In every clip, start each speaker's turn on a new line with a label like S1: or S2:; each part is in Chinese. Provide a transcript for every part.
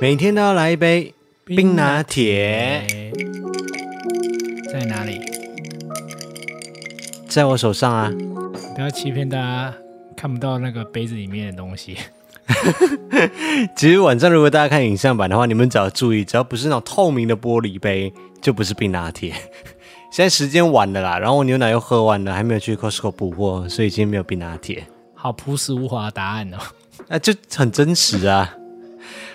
S1: 每天都要来一杯冰拿铁，
S2: 诶，在哪里？
S1: 在我手上啊。
S2: 不要欺骗大家看不到那个杯子里面的东 西。
S1: 其实晚上如果大家看影像版的话，你们只要注意，只要不是那种透明的玻璃杯，就不是冰拿铁。 现在时间晚了啦，然后我牛奶又喝完了，还没有去 Costco 补货，所以今天没有冰拿铁。
S2: 好朴实无华的答案哦。
S1: 啊，就很真实啊！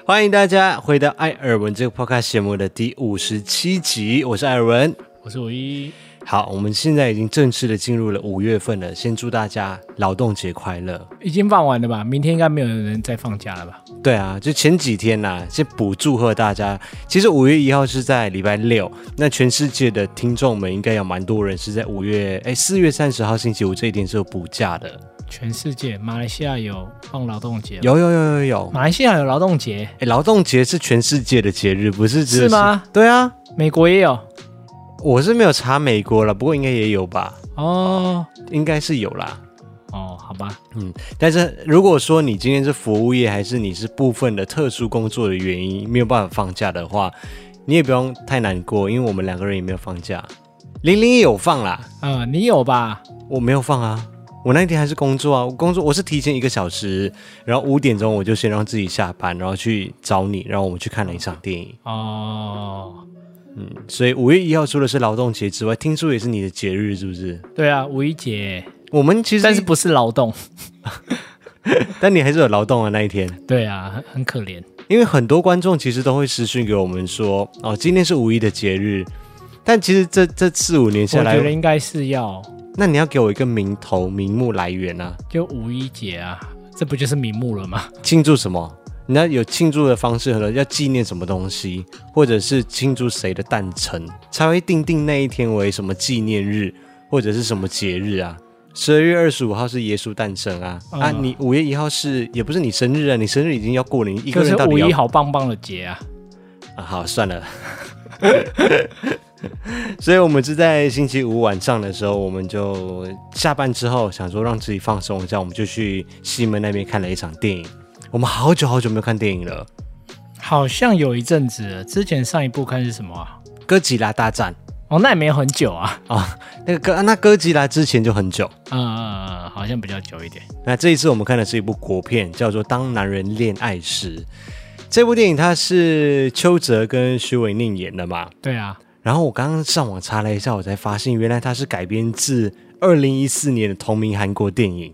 S1: 欢迎大家回到艾尔文这个 podcast 节目的第五十七集，我是艾尔文。
S2: 我是五一，
S1: 好，我们现在已经正式的进入了五月份了，先祝大家劳动节快乐。
S2: 已经放完了吧？明天应该没有人再放假了吧？
S1: 对啊，就前几天呐、先补祝贺大家。其实五月一号是在礼拜六，那全世界的听众们应该有蛮多人是在五月哎四月三十号星期五这一天是有补假的，
S2: 全世界，马来西亚有放劳动节吗，
S1: 有有有有有。
S2: 马来西亚有劳动节，
S1: 哎，劳动节是全世界的节日，不是只有
S2: 是吗？
S1: 对啊，
S2: 美国也有
S1: 我是没有查美国了，不过应该也有吧，
S2: 哦
S1: 应该是有啦。
S2: 哦，好吧，
S1: 但是如果说你今天是服务业，还是你是部分的特殊工作的原因没有办法放假的话，你也不用太难过，因为我们两个人也没有放假。零零也有放啦，
S2: 呃，你有吧？
S1: 我没有放啊，我那一天还是工作啊，我工作我是提前一个小时，然后五点钟我就先让自己下班，然后去找你，然后我们去看了一场电影。
S2: 哦，
S1: 嗯，所以五月一号除了是劳动节之外，听说也是你的节日，是不是？
S2: 对啊，五一节，
S1: 我们其实，
S2: 但是不是劳动？
S1: 但你还是有劳动的那一天。
S2: 对啊，很很可怜。
S1: 因为很多观众其实都会私讯给我们说，哦，今天是五一的节日，但其实这这四五年下
S2: 我觉得
S1: 来，
S2: 应该是要
S1: 那你要给我一个名头、名目来源啊，
S2: 就五一节啊，这不就是名目了吗？
S1: 庆祝什么？你要有庆祝的方式，和要纪念什么东西，或者是庆祝谁的诞辰，才会定定那一天为什么纪念日，或者是什么节日啊？十二月二十五号是耶稣诞生啊！
S2: 嗯
S1: 啊，你五月一号是也不是你生日啊？你生日已经要过了，你一个
S2: 就
S1: 人
S2: 是
S1: 到底
S2: 五
S1: 要
S2: 一好棒棒的节啊！
S1: 啊，好，算了。 所以，我们是在星期五晚上的时候，我们就下班之后，想说让自己放松一下，我们就去西门那边看了一场电影。我们好久好久没有看电影了，
S2: 好像有一阵子了，之前上一部看是什么啊？
S1: 《哥吉拉大战》
S2: 哦，那也没有很久啊，
S1: 啊，那个哥、啊那哥吉拉之前就很久。
S2: 呃，好像比较久一点。
S1: 那这一次我们看的是一部国片，叫做《当男人恋爱时》。这部电影它是邱泽跟徐伟宁演的嘛？
S2: 对啊，
S1: 然后我刚刚上网查了一下，我才发现原来它是改编自二零一四年的同名韩国电影。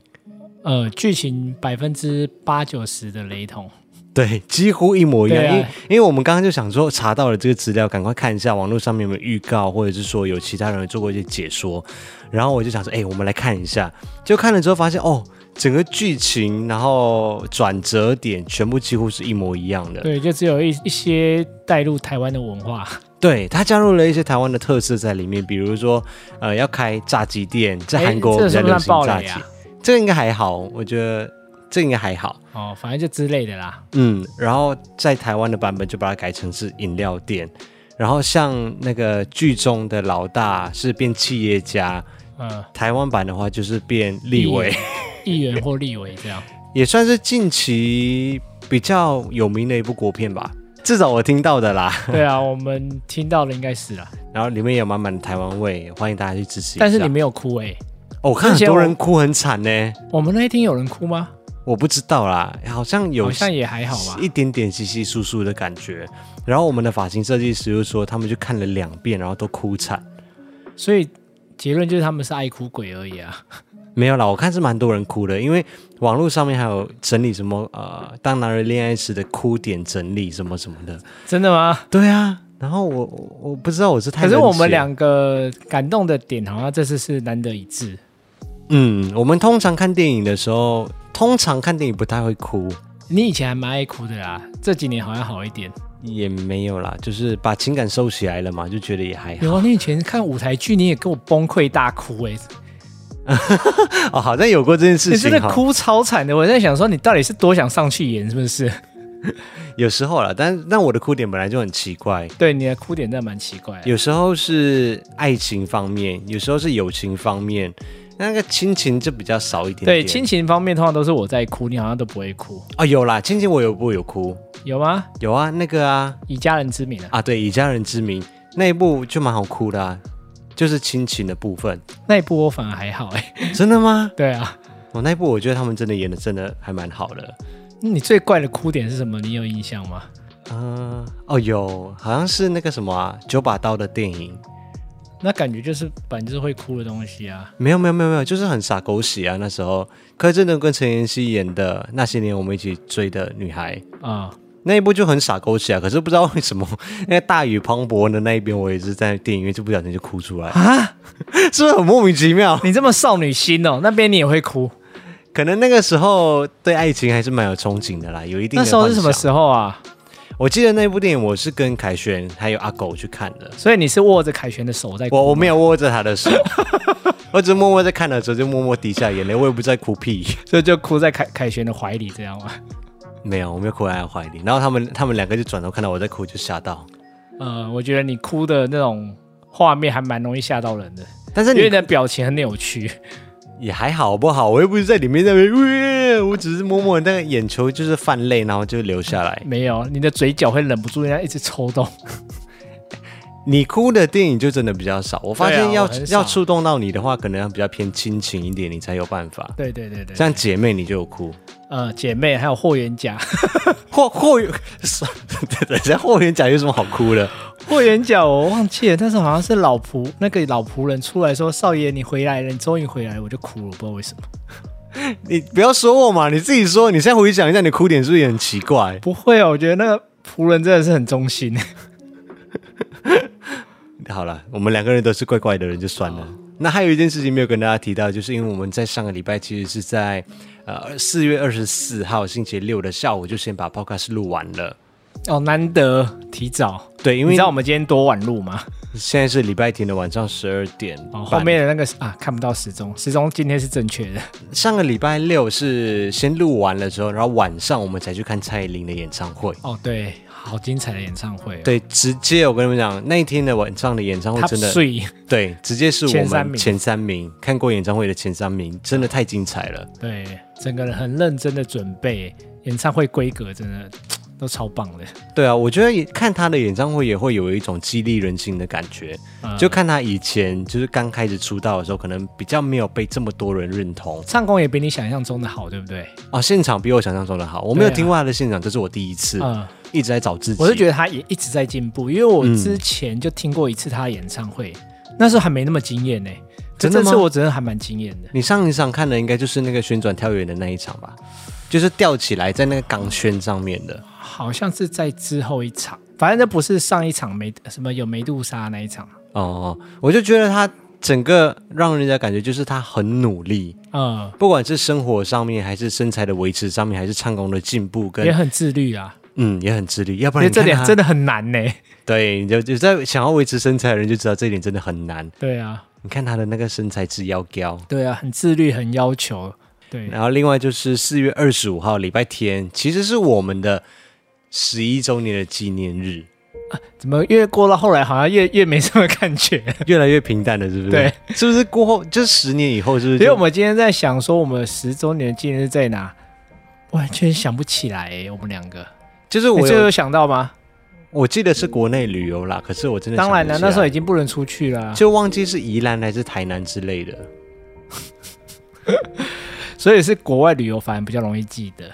S2: 呃，剧情百分之八九十的雷同。
S1: 对，几乎一模一样。
S2: 对啊
S1: 因为因为我们刚刚就想说，查到了这个资料，赶快看一下网络上面有没有预告，或者是说有其他人有做过一些解说。然后我就想说，哎、我们来看一下。就看了之后发现，哦，整个剧情，然后转折点，全部几乎是一模一样的。
S2: 对，就只有一一些带入台湾的文化。
S1: 对，它加入了一些台湾的特色在里面，比如说，呃，要开炸鸡店，在
S2: 哎
S1: 韩国
S2: 这
S1: 比较
S2: 算不
S1: 流
S2: 算
S1: 行
S2: 暴
S1: 炸
S2: 雷
S1: 鸡。
S2: 啊？
S1: 这个应该还好，我觉得这个应该还好。
S2: 哦，反正就之类的啦。
S1: 嗯，然后在台湾的版本就把它改成是饮料店，然后像那个剧中的老大是变企业家，
S2: 呃，
S1: 台湾版的话就是变立委，
S2: 嗯议员或立委这样。
S1: 也算是近期比较有名的一部国片吧，至少我听到的啦。
S2: 对啊，我们听到的应该是啦，
S1: 然后里面也有满满的台湾味，欢迎大家去支持一下。
S2: 但是你没有哭哎、
S1: 哦，我看很
S2: 之前
S1: 多
S2: 我
S1: 人哭很惨呢，
S2: 我们那一天有人哭吗？
S1: 我不知道啦，好像有
S2: 好像也还好吧。
S1: 一点点稀稀疏疏的感觉。然后我们的发型设计师就说，他们就看了两遍，然后都哭惨。
S2: 所以结论就是他们是爱哭鬼而已啊。
S1: 没有啦，我看是蛮多人哭的，因为网络上面还有整理什么呃，当男人恋爱时的哭点整理什么什么的。
S2: 真的吗？
S1: 对啊，然后我我我不知道我是太
S2: 可是
S1: 冷血
S2: 我们两个感动的点好像这次是难得一致。
S1: 嗯，我们通常看电影的时候，通常看电影不太会哭，
S2: 你以前还蛮爱哭的啦，这几年好像好一点。
S1: 也没有啦，就是把情感收起来了嘛，就觉得也还好。
S2: 有啊，你以前看舞台剧你也跟我崩溃大哭哎、
S1: 哦，好像有过这件事
S2: 你
S1: 情
S2: 真
S1: 哈，
S2: 的哭超惨的。我在想说你到底是多想上去演是 不是？
S1: 有时候啦，但但我的哭点本来就很奇怪，
S2: 对，你的哭点真的蛮奇怪的。
S1: 有时候是爱情方面，有时候是友情方面，那个亲情就比较少一点
S2: 对
S1: 点。
S2: 亲情方面，通常都是我在哭，你好像都不会哭，
S1: 啊、有啦，亲情我有部有哭，
S2: 有吗？
S1: 有啊，那个啊
S2: 以家人之名啊，
S1: 啊，对，以家人之名那一部就蛮好哭的、啊，就是亲情的部 分。
S2: 那一部我反而还好哎、
S1: 真的吗？
S2: 对啊，
S1: 我、那一部我觉得他们真的演的真的还蛮好的。
S2: 那你最怪的哭点是什么？你有印象吗？
S1: 嗯、哦，有，好像是那个什么啊，九把刀的电影。
S2: 那感觉就是本来就是会哭的东西啊。
S1: 没有没有没有没有，就是很傻狗血啊！那时候柯震东跟陈妍希演的《那些年我们一起追的女孩》
S2: 啊、
S1: 那一部就很傻狗血啊，可是不知道为什么，那个大雨磅礴的那一边，我也是在电影院就不小心就哭出来啊， 是不是很莫名其妙？
S2: 你这么少女心哦，那边你也会哭？
S1: 可能那个时候对爱情还是蛮有憧憬的啦，有一定的
S2: 那时候是什么
S1: 幻想？
S2: 时候啊？
S1: 我记得那部电影我是跟凯旋还有阿狗去看的，
S2: 所以你是握着凯旋的手在哭
S1: 我我没有握着他的手， 我只是默默在看的时候就默默滴下眼泪，我也不知道哭屁。
S2: 所以就哭在凯凯旋的怀里，这样吗？
S1: 没有，我没有哭在他怀里。然后他们他们两个就转头看到我在哭，就吓到。
S2: 呃，我觉得你哭的那种画面还蛮容易吓到人的，
S1: 但是
S2: 因为你
S1: 你
S2: 的表情很扭曲。 也
S1: 也还好好不好，我又不是在里面在那边，呃我只是默默那个眼球就是泛泪，然后就流下来。
S2: 没有，你的嘴角会忍不住要一直抽 动。
S1: 你哭的电影就真的比较少，我发
S2: 对啊
S1: 现要、
S2: 我很少
S1: 要触动到你的话，可能要比较偏亲情一点，你才有办法。
S2: 对对对对，
S1: 像姐妹你就有哭，
S2: 呃，姐妹还有霍元甲，
S1: 霍霍元， 等一下霍元甲有什么好哭的？
S2: 霍元甲我忘记了，但是好像是老仆那个老仆人出来说：“少爷，你回来了，你终于回来了。”我就哭了，不知道为什么。
S1: 你不要说我嘛，你自己说。你现在回想一下，你哭点是不是也很奇怪？
S2: 不会哦，我觉得那个仆人真的是很忠心。
S1: 好了，我们两个人都是怪怪的人，就算了。
S2: 哦
S1: 那还有一件事情没有跟大家提到，就是因为我们在上个礼拜其实是在呃四月二十四号星期六的下午就先把 podcast 录完了。
S2: 哦，难得提早，
S1: 对，因
S2: 你
S1: 为
S2: 知道我们今天多晚录吗？
S1: 现在是礼拜天的晚上十二点半、
S2: 哦，后面的那个啊看不到时钟，时钟今天是正确的。
S1: 上个礼拜六是先录完了之后，然后晚上我们才去看蔡依林的演唱会。
S2: 哦，对，好精彩的演唱会、哦。
S1: 对，直接我跟你们讲，那一天的晚上的演唱会
S2: Top
S1: 真的
S2: three，
S1: 对，直接是
S2: 前
S1: 我
S2: 三
S1: 们
S2: 名
S1: 前三名看过演唱会的前三名，真的太精彩了。
S2: 对，整个人很认真的准备，演唱会规格真的都超棒的。
S1: 对啊，我觉得也看他的演唱会也会有一种激励人心的感觉。
S2: 呃
S1: 就看他以前就是刚开始出道的时候，可能比较没有被这么多人认同
S2: 唱功也比你想象中的好，对不对？
S1: 哦。现场比我想象中的好，我没有
S2: 对啊
S1: 听过他的现场，这是我第一次，
S2: 嗯，
S1: 一直在找自己。
S2: 我是觉
S1: 得
S2: 得他也一直在进步，因为我
S1: 嗯
S2: 之前就听过一次他的演唱会，那时候还没那么惊艳呢。可
S1: 真的
S2: 这
S1: 吗
S2: 次我真的还蛮惊艳的。
S1: 你上一场看的应该就是那个旋转跳远的那一场吧，就是吊起来在那个钢圈上面的。
S2: 好像是在之后一场，反正那不是上一场梅什么有梅杜莎那一场，
S1: 哦，我就觉得他整个让人家感觉就是他很努力，
S2: 嗯，
S1: 不管是生活上面，还是身材的维持上面，还是唱功的进步跟，
S2: 也很自律啊，
S1: 嗯也很自律，要不
S2: 因
S1: 然
S2: 为
S1: 你
S2: 这
S1: 看啊
S2: 点
S1: 他
S2: 真的很难呢。
S1: 对，你就就在想要维持身材的人就知道这一点真的很难。
S2: 对啊，
S1: 你看他的那个身材之妖娇。
S2: 对啊，很自律，很要求，对，
S1: 然后另外就是四月二十五号礼拜天，其实是我们的十一周年的纪念日，
S2: 怎么越过到后来好像越越没什么 感觉？
S1: 越来越平淡了，是不是？
S2: 对，
S1: 是不是过后就十年以后，是不是就？
S2: 所以我们今天在想说，我们十周年纪念日在哪？完全想不起来耶、我们两个，
S1: 就是
S2: 你
S1: 我
S2: 最后
S1: 有
S2: 有想到吗？
S1: 我记得是国内旅游啦，可是我真的
S2: 当然
S1: 想
S2: 了，
S1: 不起来
S2: 那时候已经不能出去了啊，
S1: 就忘记是宜兰还是台南之类的。
S2: 所以是国外旅游反而比较容易记得，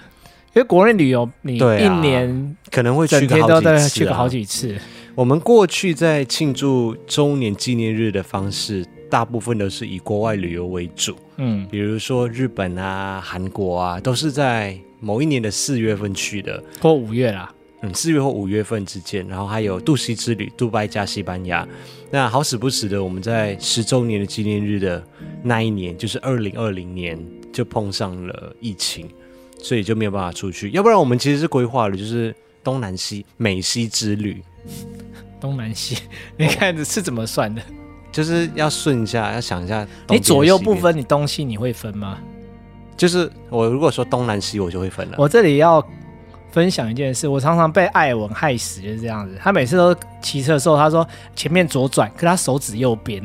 S2: 因为国内旅游你
S1: 对
S2: 一
S1: 啊
S2: 年
S1: 可能会
S2: 整
S1: 去个
S2: 天都
S1: 好几次、
S2: 在
S1: 啊，
S2: 去个好几次，
S1: 我们过去在庆祝周年纪念日的方式，大部分都是以国外旅游为主，
S2: 嗯，
S1: 比如说日本啊、韩国啊，都是在某一年的四月份去的，
S2: 过五月啦，
S1: 嗯，四月或五月份之间。然后还有杜西之旅，杜拜加西班牙。那好死不死的，我们在十周年的纪念日的那一年，就是二零二零年，就碰上了疫情，所以就没有办法出去。要不然我们其实是规划了，就是东南西美西之旅。
S2: 东南西， 你看是怎么算的？
S1: 就是要顺一下，要想一下。
S2: 你左右不，分，你东西你会分吗？
S1: 就是我如果说东南西，我就会分了。
S2: 我这里要分享一件事，我常常被艾文害死，就是这样子。他每次都骑车的时候，他说前面左转，可他手指右边，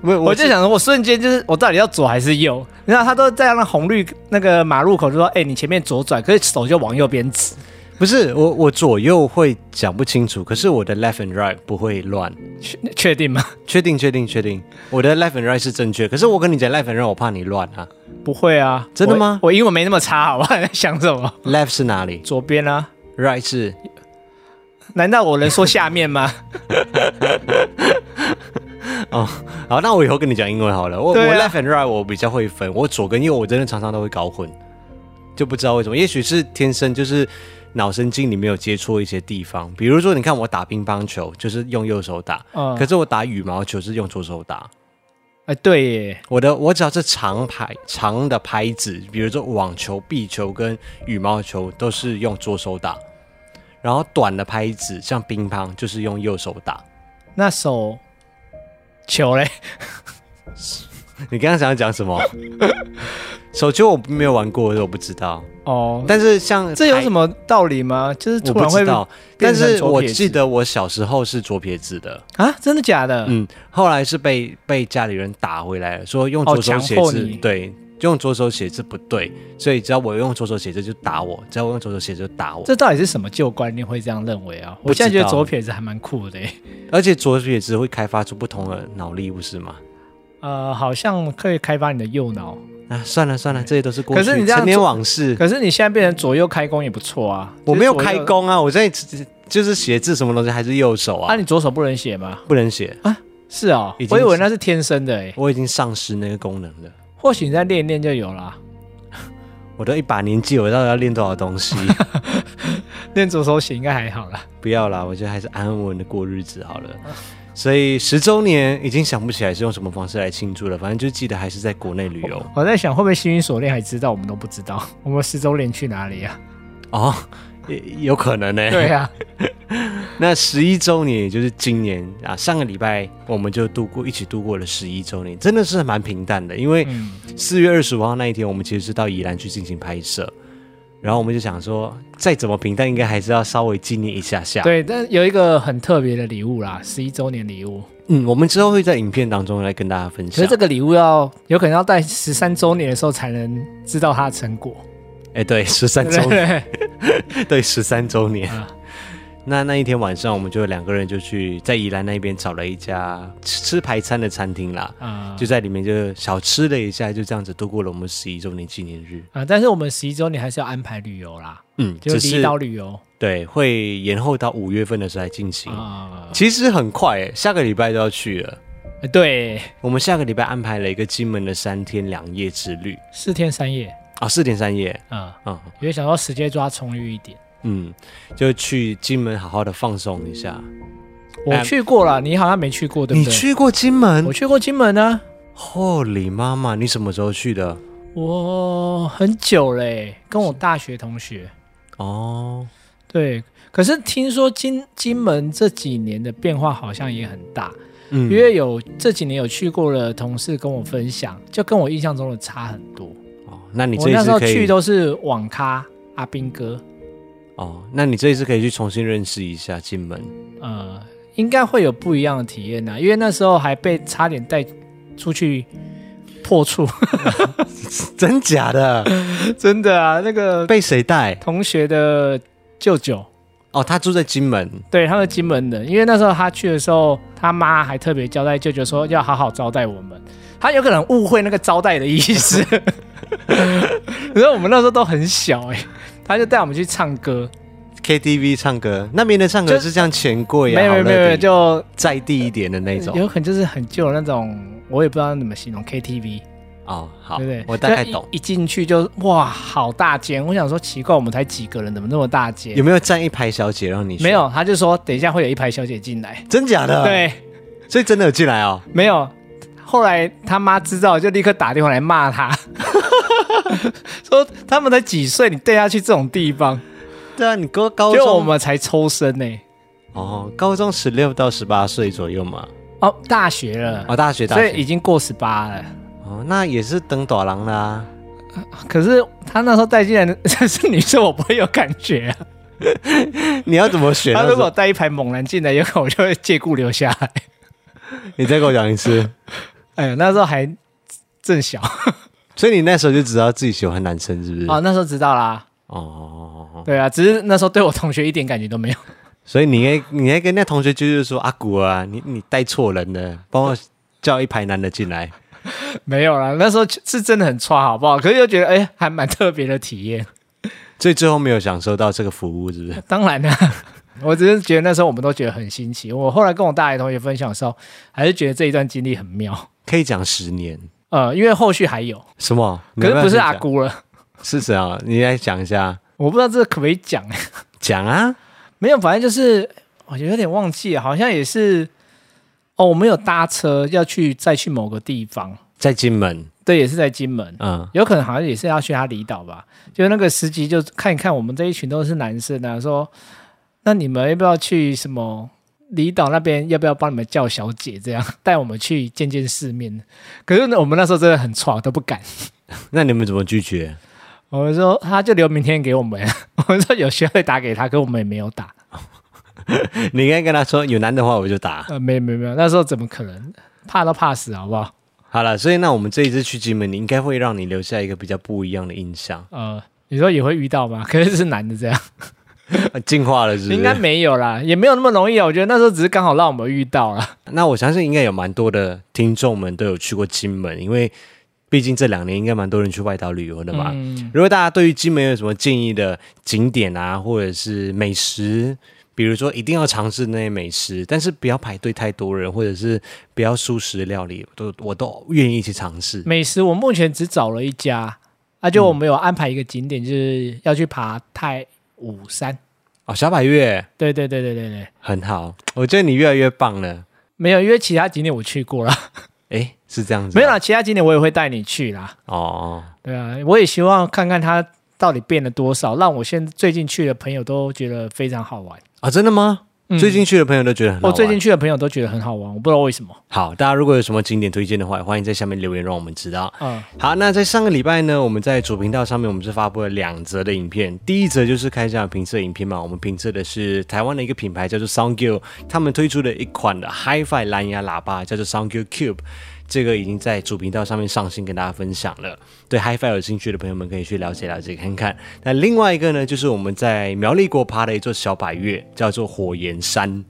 S1: 没有，
S2: 我就想说，我瞬间就是我到底要左还是右？你看他都在那红绿那个马路口就说：“哎、你前面左转。”可是手就往右边指。
S1: 不是我我左右会讲不清楚，可是我的 left and right 不会乱。
S2: 确确定吗？
S1: 确定确定确定，我的 left and right 是正确。可是我跟你讲 left and right，我怕你乱啊。
S2: 不会啊，
S1: 真的吗
S2: 我？我英文没那么差，好吧？ 你在想什么？
S1: left 是哪里
S2: 左边啊？
S1: ？right 是
S2: 难道我能说下面吗？
S1: 好，那我以后跟你讲英文好了。我、
S2: 对
S1: 我
S2: 啊
S1: left and right 我比较会分，我左跟右我真的常常都会搞混，就不知道为什么。也许是天生就是脑神经里面有接触一些地方，比如说你看我打乒乓球就是用右手打，
S2: 嗯，
S1: 可是我打羽毛球是用左手打。
S2: 哎，对耶，
S1: 我的我只要是长拍长的拍子，比如说网球、壁球跟羽毛球都是用左手打，然后短的拍子像乒乓就是用右手打。
S2: 那手球嘞，
S1: 你刚刚想要讲什 么？手球我没有玩过，所以我不知道。
S2: 哦，
S1: 但是像
S2: 这有什
S1: 么？
S2: 么道理吗？就是
S1: 我
S2: 突
S1: 不
S2: 然会
S1: 知道，
S2: 变
S1: 但
S2: 成
S1: 是
S2: 左
S1: 我
S2: 撇
S1: 记
S2: 子
S1: 得我小时候是左撇子的，
S2: 啊，真的假的？
S1: 嗯，后来是被被家里人打回来了，说用左手写
S2: 哦强迫
S1: 字、
S2: 你
S1: 对，用左手写字不对，所以只要我用左手写字就打我，只要我用左手写字就打我。
S2: 这到底是什么旧观念会这样认为啊？
S1: 不
S2: 我
S1: 知道
S2: 现在觉得左撇子还蛮酷的耶，
S1: 而且左撇子会开发出不同的脑力，不是吗？
S2: 呃，好像可以开发你的右脑，
S1: 啊，算了算了，这些都是过去
S2: 可是你这样
S1: 成年
S2: 做
S1: 往事。
S2: 可是你现在变成左右开弓也不错啊。
S1: 我没有
S2: 就是左
S1: 开
S2: 右
S1: 工啊，我在就是写字什么东西还是右手
S2: 啊，
S1: 啊，
S2: 你左手不能写吗？
S1: 不能写。
S2: 是哦
S1: 已，经
S2: 我以为
S1: 是
S2: 那是天生的诶，
S1: 我已经丧失那个功能了。
S2: 或许你再练一练就有啦。
S1: 我都一把年纪，我到底要练多少东 西？
S2: 练左手写应该还好啦。
S1: 不要啦，我觉得还是安稳的过日子好了。所以十周年已经想不起来是用什么方式来庆祝了，反正就记得还是在国内旅游
S2: 我在想，会不会星云锁链还知道我们都不知道？我们十周年去哪里啊？
S1: 哦，也有可能呢、
S2: 对啊，
S1: 那十一周年，也就是今年啊，上个礼拜我们就度过一起度过了十一周年，真的是蛮平淡的。因为
S2: 嗯，
S1: 四月二十五号那一天，我们其实是到宜兰去进行拍摄，然后我们就想说，再怎么平淡，应该还是要稍微纪念一下下。，
S2: 对，但有一个很特别的礼物啦，十一周年礼物。
S1: 嗯，我们之后会在影片当中来跟大家分
S2: 可
S1: 享
S2: 是。这个礼物要有可能要在十三周年的时候才能知道它的成果。
S1: 哎，对，十三周
S2: 对
S1: 年，
S2: 对
S1: 对，十三周年。
S2: 啊
S1: 那那一天晚上，我们就两个人就去在宜兰那边找了一家吃吃排餐的餐厅啦，
S2: 啊
S1: 就在里面就小吃了一下，就这样子度过了我们十一周年纪念日。
S2: 啊！但是我们十一周年还是要安排旅游啦，
S1: 嗯，
S2: 就
S1: 只
S2: 离
S1: 是
S2: 岛旅游
S1: 对，会延后到五月份的时候来进行。
S2: 啊。
S1: 其实很快、欸，下个礼拜就要去了。
S2: 对，
S1: 我们下个礼拜安排了一个金门的三天两夜之旅
S2: 四天三夜
S1: 啊，四天三夜。
S2: 啊，
S1: 嗯
S2: 因为想要时间抓充裕一点。
S1: 嗯，就去金门好好的放松一下。
S2: 我去过了，你好像没去过，对
S1: 嗯你
S2: 不对？
S1: 去过金门
S2: 我？去过金门啊，
S1: Holy 妈妈，你什么时候去的？
S2: 我很久嘞、跟我大学同学。
S1: 哦，
S2: 对，可是听说金金门这几年的变化好像也很大，
S1: 嗯
S2: 因为有这几年有去过的同事跟我分享，就跟我印象中的差很多。
S1: 哦，那你
S2: 我
S1: 这一
S2: 那时
S1: 次
S2: 候
S1: 可
S2: 去
S1: 以
S2: 都是网咖阿兵哥，
S1: 哦，那你这一次可以去重新认识一下金门。
S2: 呃，应该会有不一样的体验呐、啊因为那时候还被差点带出去破处，
S1: 真假 的？
S2: 真的啊，那个
S1: 被谁带？
S2: 同学的舅舅，
S1: 哦，他住在金门。
S2: 对，他是金门人，因为那时候他去的时候，他妈还特别交代舅舅说要好好招待我们。他有可能误会那个招待的 意思，然后我们那时候都很小哎、他就带我们去唱歌，
S1: KTV 唱歌，那边的唱歌
S2: 就是
S1: 像钱柜啊，
S2: 没有没
S1: 好
S2: 有
S1: 乐
S2: 没有没有，
S1: 迪
S2: 就
S1: 在地一点的那种。
S2: 有可能就是很旧的那种，我也不知道怎么形容 KTV，
S1: 哦，好
S2: 对不对？，
S1: 我大概
S2: 就一
S1: 懂。
S2: 一进去就哇，好大间，我想说奇怪，我们才几个人，怎么那么大间
S1: 有？没有站一排小姐让你？
S2: 没，有，他就说等一下会有一排小姐进 来，
S1: 真假的？，
S2: 对。
S1: 所以真的有进来哦。
S2: 没有，后来他妈知道就立刻打电话来骂他， 说他们才几岁，你带他去这种地方，
S1: 对啊，你高高
S2: 就我
S1: 中
S2: 们才抽身呢、
S1: 哦，高中十六到十八岁左右嘛，
S2: 哦，大学了，
S1: 哦，大学大
S2: 所以已
S1: 学
S2: 经过十八了。
S1: 哦，那也是登短廊啦、
S2: 可是他那时候带进来的 是女生，我不会有感觉、啊。
S1: 你要怎么选？
S2: 他如果带一排猛男进来，有可能我就会借故留下来。
S1: 你再给我讲一次，
S2: 哎，那时候还正小啊，
S1: 所以你那时候就知道自己喜欢男生是不是？
S2: 那时候知道啦。
S1: 哦，
S2: 对啊，只是那时候对我同学一点感觉都没有。
S1: 所以你应该你应该跟那同学就是说阿古啊，你你带错人了，帮我叫一排男的进来。
S2: 没有啦，那时候是真的很差，好不好？可是又觉得哎、还蛮特别的体验。
S1: 所以最后没有享受到这个服务，是不是？
S2: 当然啦、 我只是觉得那时候我们都觉得很新奇。我后来跟我大学同学分享的时候，还是觉得这一段经历很妙。
S1: 可以讲十年
S2: 呃，因为后续还有，
S1: 什么？你
S2: 可
S1: 要
S2: 是
S1: 要
S2: 不是
S1: 先
S2: 阿
S1: 讲，
S2: 姑了，
S1: 是谁啊？你来讲一下，
S2: 我不知道这个可不可以讲、哎
S1: 讲啊。
S2: 没有，反正就是我有点忘记欸了，好像也是哦，我们有搭车要去再去某个地方，
S1: 在金门，
S2: 对，也是在金门，
S1: 嗯，
S2: 有可能好像也是要去他离岛吧。就那个司机就看一看我们这一群都是男生啊，说那你们要不要去什么离岛那边？要不要帮你们叫小姐这样 带我们去见见世面？可是呢，我们那时候真的很闯，都不敢。
S1: 那你们怎么拒绝？
S2: 我们说他就留明天给我们， 我们说有需要再打给他，可我们也没有打。
S1: 你应该跟他说，有男的话我就打。
S2: 呃，没没没有，那时候怎么可能？怕都怕死，好不好？
S1: 好了，所以那我们这一次去金门，你应该会让你留下一个比较不一样的印象，
S2: 呃，你说也会遇到吗？ 可是是男的这样，
S1: 啊进化了是不是？
S2: 应该没有啦，也没有那么容易啊。我觉得那时候只是刚好让我们遇到啊了。
S1: 那我相信应该有蛮多的听众们都有去过金门，因为毕竟这两年应该蛮多人去外岛旅游的嘛。
S2: 嗯，
S1: 如果大家对于金门有什么建议的景点啊，或者是美食，比如说一定要尝试那些美食，但是不要排队太多人，或者是不要素食料理，都我都愿意去尝试。
S2: 美食我目前只找了一家，啊，
S1: 嗯
S2: 就我们有安排一个景点，就是要去爬太武山。
S1: 哦，小百月
S2: 对对对对对对，
S1: 很好，我觉得你越来越棒了。
S2: 没有，因为其他景点我去过了，
S1: 啊诶，是这样子吗，啊
S2: 没有啦，其他景点我也会带你去啦。
S1: 哦。
S2: 对啊，我也希望看看它到底变了多少，让我现最近去的朋友都觉得非常好玩。
S1: 啊，真的吗？
S2: 嗯
S1: 哦最近去的朋友都觉得很好
S2: 我
S1: 玩。
S2: 最近去的朋友都觉得很好玩，我不知道为什么。
S1: 好，大家如果有什么景点推荐的话，欢迎在下面留言让我们知道。
S2: 嗯，
S1: 好，那在上个礼拜呢，我们在主频道上面，我们是发布了两则的影片。第一则就是开箱的评测影片嘛，我们评测的是台湾的一个品牌叫做 SoundGill，他们推出的一款的 HiFi 蓝牙喇叭叫做 SoundGill Cube，这个已经在主频道上面上新跟大家分享了。对 HiFi 有兴趣的朋友们可以去了解了解看看。那另外一个呢，就是我们在苗栗国爬的一座小百岳，叫做火焰山。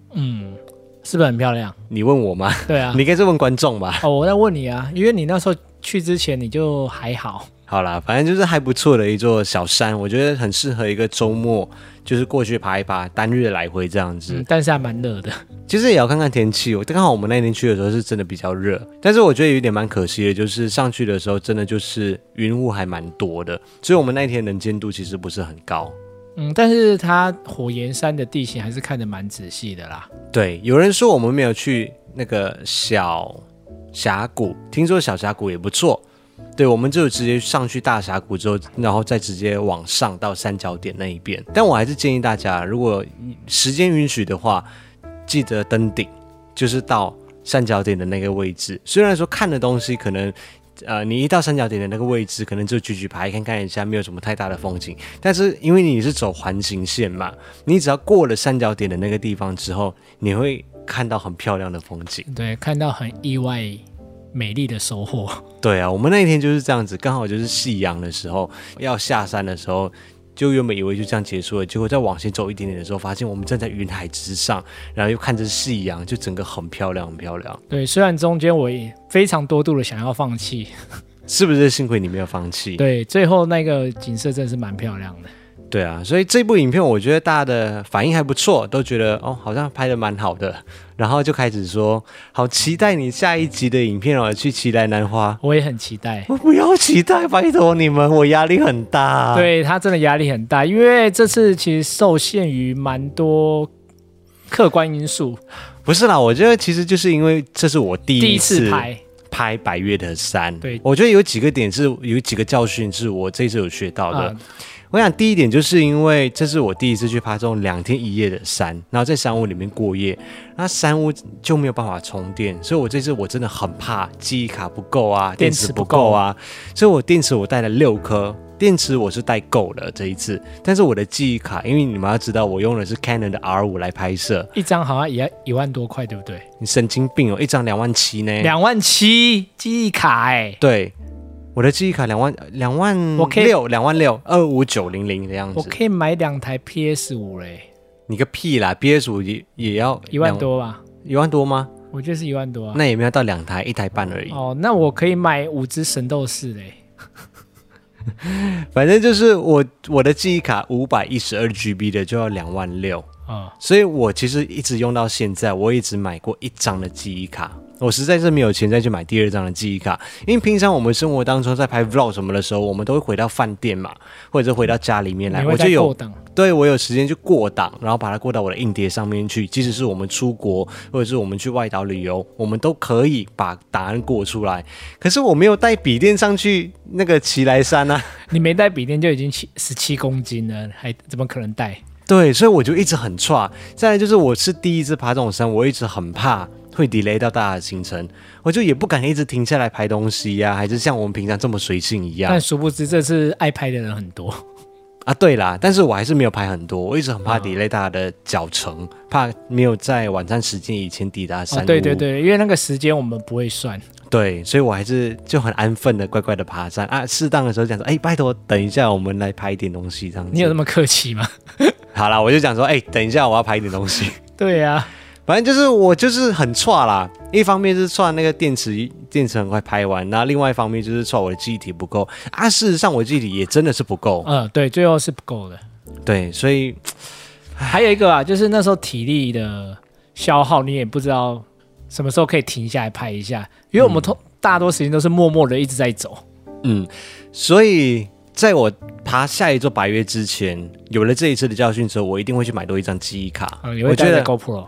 S2: 是不是很漂亮？
S1: 你问我吗？
S2: 对啊
S1: 你。应该是问观众吧。
S2: 哦，我在问你啊，因为你那时候去之前你就还好，
S1: 好啦，反正就是还不错的一座小山，我觉得很适合一个周末，就是过去爬一爬，单日来回这样子。
S2: 嗯，但是还蛮热的。
S1: 其实也要看看天气哦。刚好我们那天去的时候是真的比较热，但是我觉得有点蛮可惜的，就是上去的时候真的就是云雾还蛮多的，所以我们那天能见度其实不是很高。
S2: 嗯，但是它火焰山的地形还是看得蛮仔细的啦。
S1: 对，有人说我们没有去那个小峡谷，听说小峡谷也不错。对，我们就直接上去大峡谷之后，然后再直接往上到三角点那一边。但我还是建议大家，如果时间允许的话，记得登顶，就是到三角点的那个位置。虽然说看的东西可能。呃，你一到三角点的那个位置，可能就举举牌看看一下，没有什么太大的风景。但是因为你是走环形线嘛，你只要过了三角点的那个地方之后，你会看到很漂亮的风景。
S2: 对，看到很意外美丽的收获。
S1: 对啊，我们那一天就是这样子，刚好就是夕阳的时候，要下山的时候，就原本以为就这样结束了，结果再往前走一点点的时候，发现我们站在云海之上，然后又看着夕阳，就整个很漂亮，很漂亮，
S2: 对，虽然中间我也非常多度的想要放弃，
S1: 是不是？幸亏你没有放弃。
S2: 对，最后那个景色真是蛮漂亮的。
S1: 对啊，所以这部影片我觉得大家的反应还不错，都觉得哦好像拍的蛮好的，然后就开始说好期待你下一集的影片哦，去期待南花。
S2: 我也很期待。
S1: 我不要期待，拜托你们，我压力很大。，
S2: 对他真的压力很大，因为这次其实受限于蛮多客观因素。
S1: 不是啦，我觉得其实就是因为这是我第
S2: 第
S1: 一
S2: 一次拍，
S1: 拍百越的山。
S2: 对
S1: 我觉得有几个点是有几个教训是我这次有学到的。
S2: 啊
S1: 我想第一点就是因为这是我第一次去爬这种两天一夜的山，然后在山屋里面过夜，那山屋就没有办法充电，所以我这次我真的很怕记忆卡不够啊，
S2: 电
S1: 电池
S2: 池不
S1: 不
S2: 够
S1: 够啊，所以我电池我带了六颗，电池我是带够了这一次，但是我的记忆卡，因为你们要知道，我用的是 Canon 的 R 五来拍摄，
S2: 一张好像也要一万多块，对不对？
S1: 你神经病哦，一张两万七呢？
S2: 两万七记忆卡哎、
S1: 对，我的记忆卡两万两万
S2: 我可以
S1: 六两万六二五九零零的样
S2: 我
S1: 子，
S2: 可以买两台 PS 五嘞，
S1: 你个屁啦！BS 五也也要
S2: 一万
S1: 两
S2: 多吧？
S1: 一万多吗？
S2: 我觉得是一万多啊。
S1: 那也没有到两台，一台半而已。
S2: 哦，那我可以买五只神斗士嘞。
S1: 反正就是我我的记忆卡五百一十二 GB 的就要两万六，
S2: 啊、
S1: 所以我其实一直用到现在，我也只买过一张的记忆卡。我实在是没有钱再去买第二张的记忆卡，因为平常我们生活当中在拍 vlog 什么的时候，我们都会回到饭店嘛，或者是回到家里面来，
S2: 你
S1: 我
S2: 会
S1: 就
S2: 再
S1: 有
S2: 过档？
S1: 对我有时间去过档，然后把它过到我的硬碟上面去。即使是我们出国，或者是我们去外岛旅游，我们都可以把答案过出来。可是我没有带笔电上去那个奇莱山啊，
S2: 你没带笔电就已经七十七公斤了，还怎么可能带？
S1: 对，所以我就一直很差。再来就是我是第一次爬这种山，我一直很怕。会 delay 到大家的行程，我就也不敢一直停下来拍东西啊呀、还是像我们平常这么随性一样
S2: 但殊不知这次爱拍的人很多。哦
S1: 啊。对啦，但是我还是没有拍很多，我一直很怕
S2: 嗯
S1: delay 大家的脚程，怕没有在晚餐时间以前抵达山
S2: 哦
S1: 屋。，
S2: 对对对，因为那个时间我们不会算。
S1: 对，所以我还是就很安分的乖乖的爬山啊，适当的时候讲说，哎、拜托等一下，我们来拍一点东西这样子。
S2: 你有那么客 气吗？
S1: 好啦，我就讲说，哎、等一下我要拍一点东 西。
S2: 对呀、啊，
S1: 反正就是我就是很串啦，一方面是串那个电池，电池很快拍完，那另外一方面就是串我的记忆体不够啊。事实上我记忆体也真的是不够，
S2: 嗯，对，最后是不够的。
S1: 对，所以
S2: 还有一个啊，就是那时候体力的消耗，你也不知道什么时候可以停下来拍一下，因为我们通、大多时间都是默默的一直在走。
S1: 嗯，所以在我爬下一座白月之前，有了这一次的教训之后，我一定会去买多一张记忆卡。
S2: 嗯，你
S1: 我
S2: 会
S1: 觉
S2: 带着
S1: 得
S2: GoPro，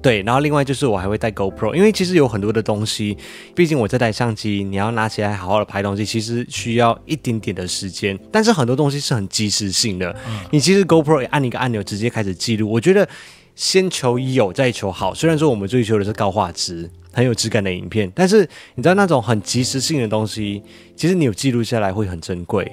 S1: 对，然后另外就是我还会带 GoPro，因为其实有很多的东西，毕竟我这台相机，你要拿起来好好的拍东西，其实需要一点点的时间。但是很多东西是很即时性的，你其实 GoPro 也按一个按钮直接开始记录，我觉得先求有再求好。虽然说我们追求的是高画质、很有质感的影片，但是你知道那种很即时性的东西，其实你有记录下来会很珍贵。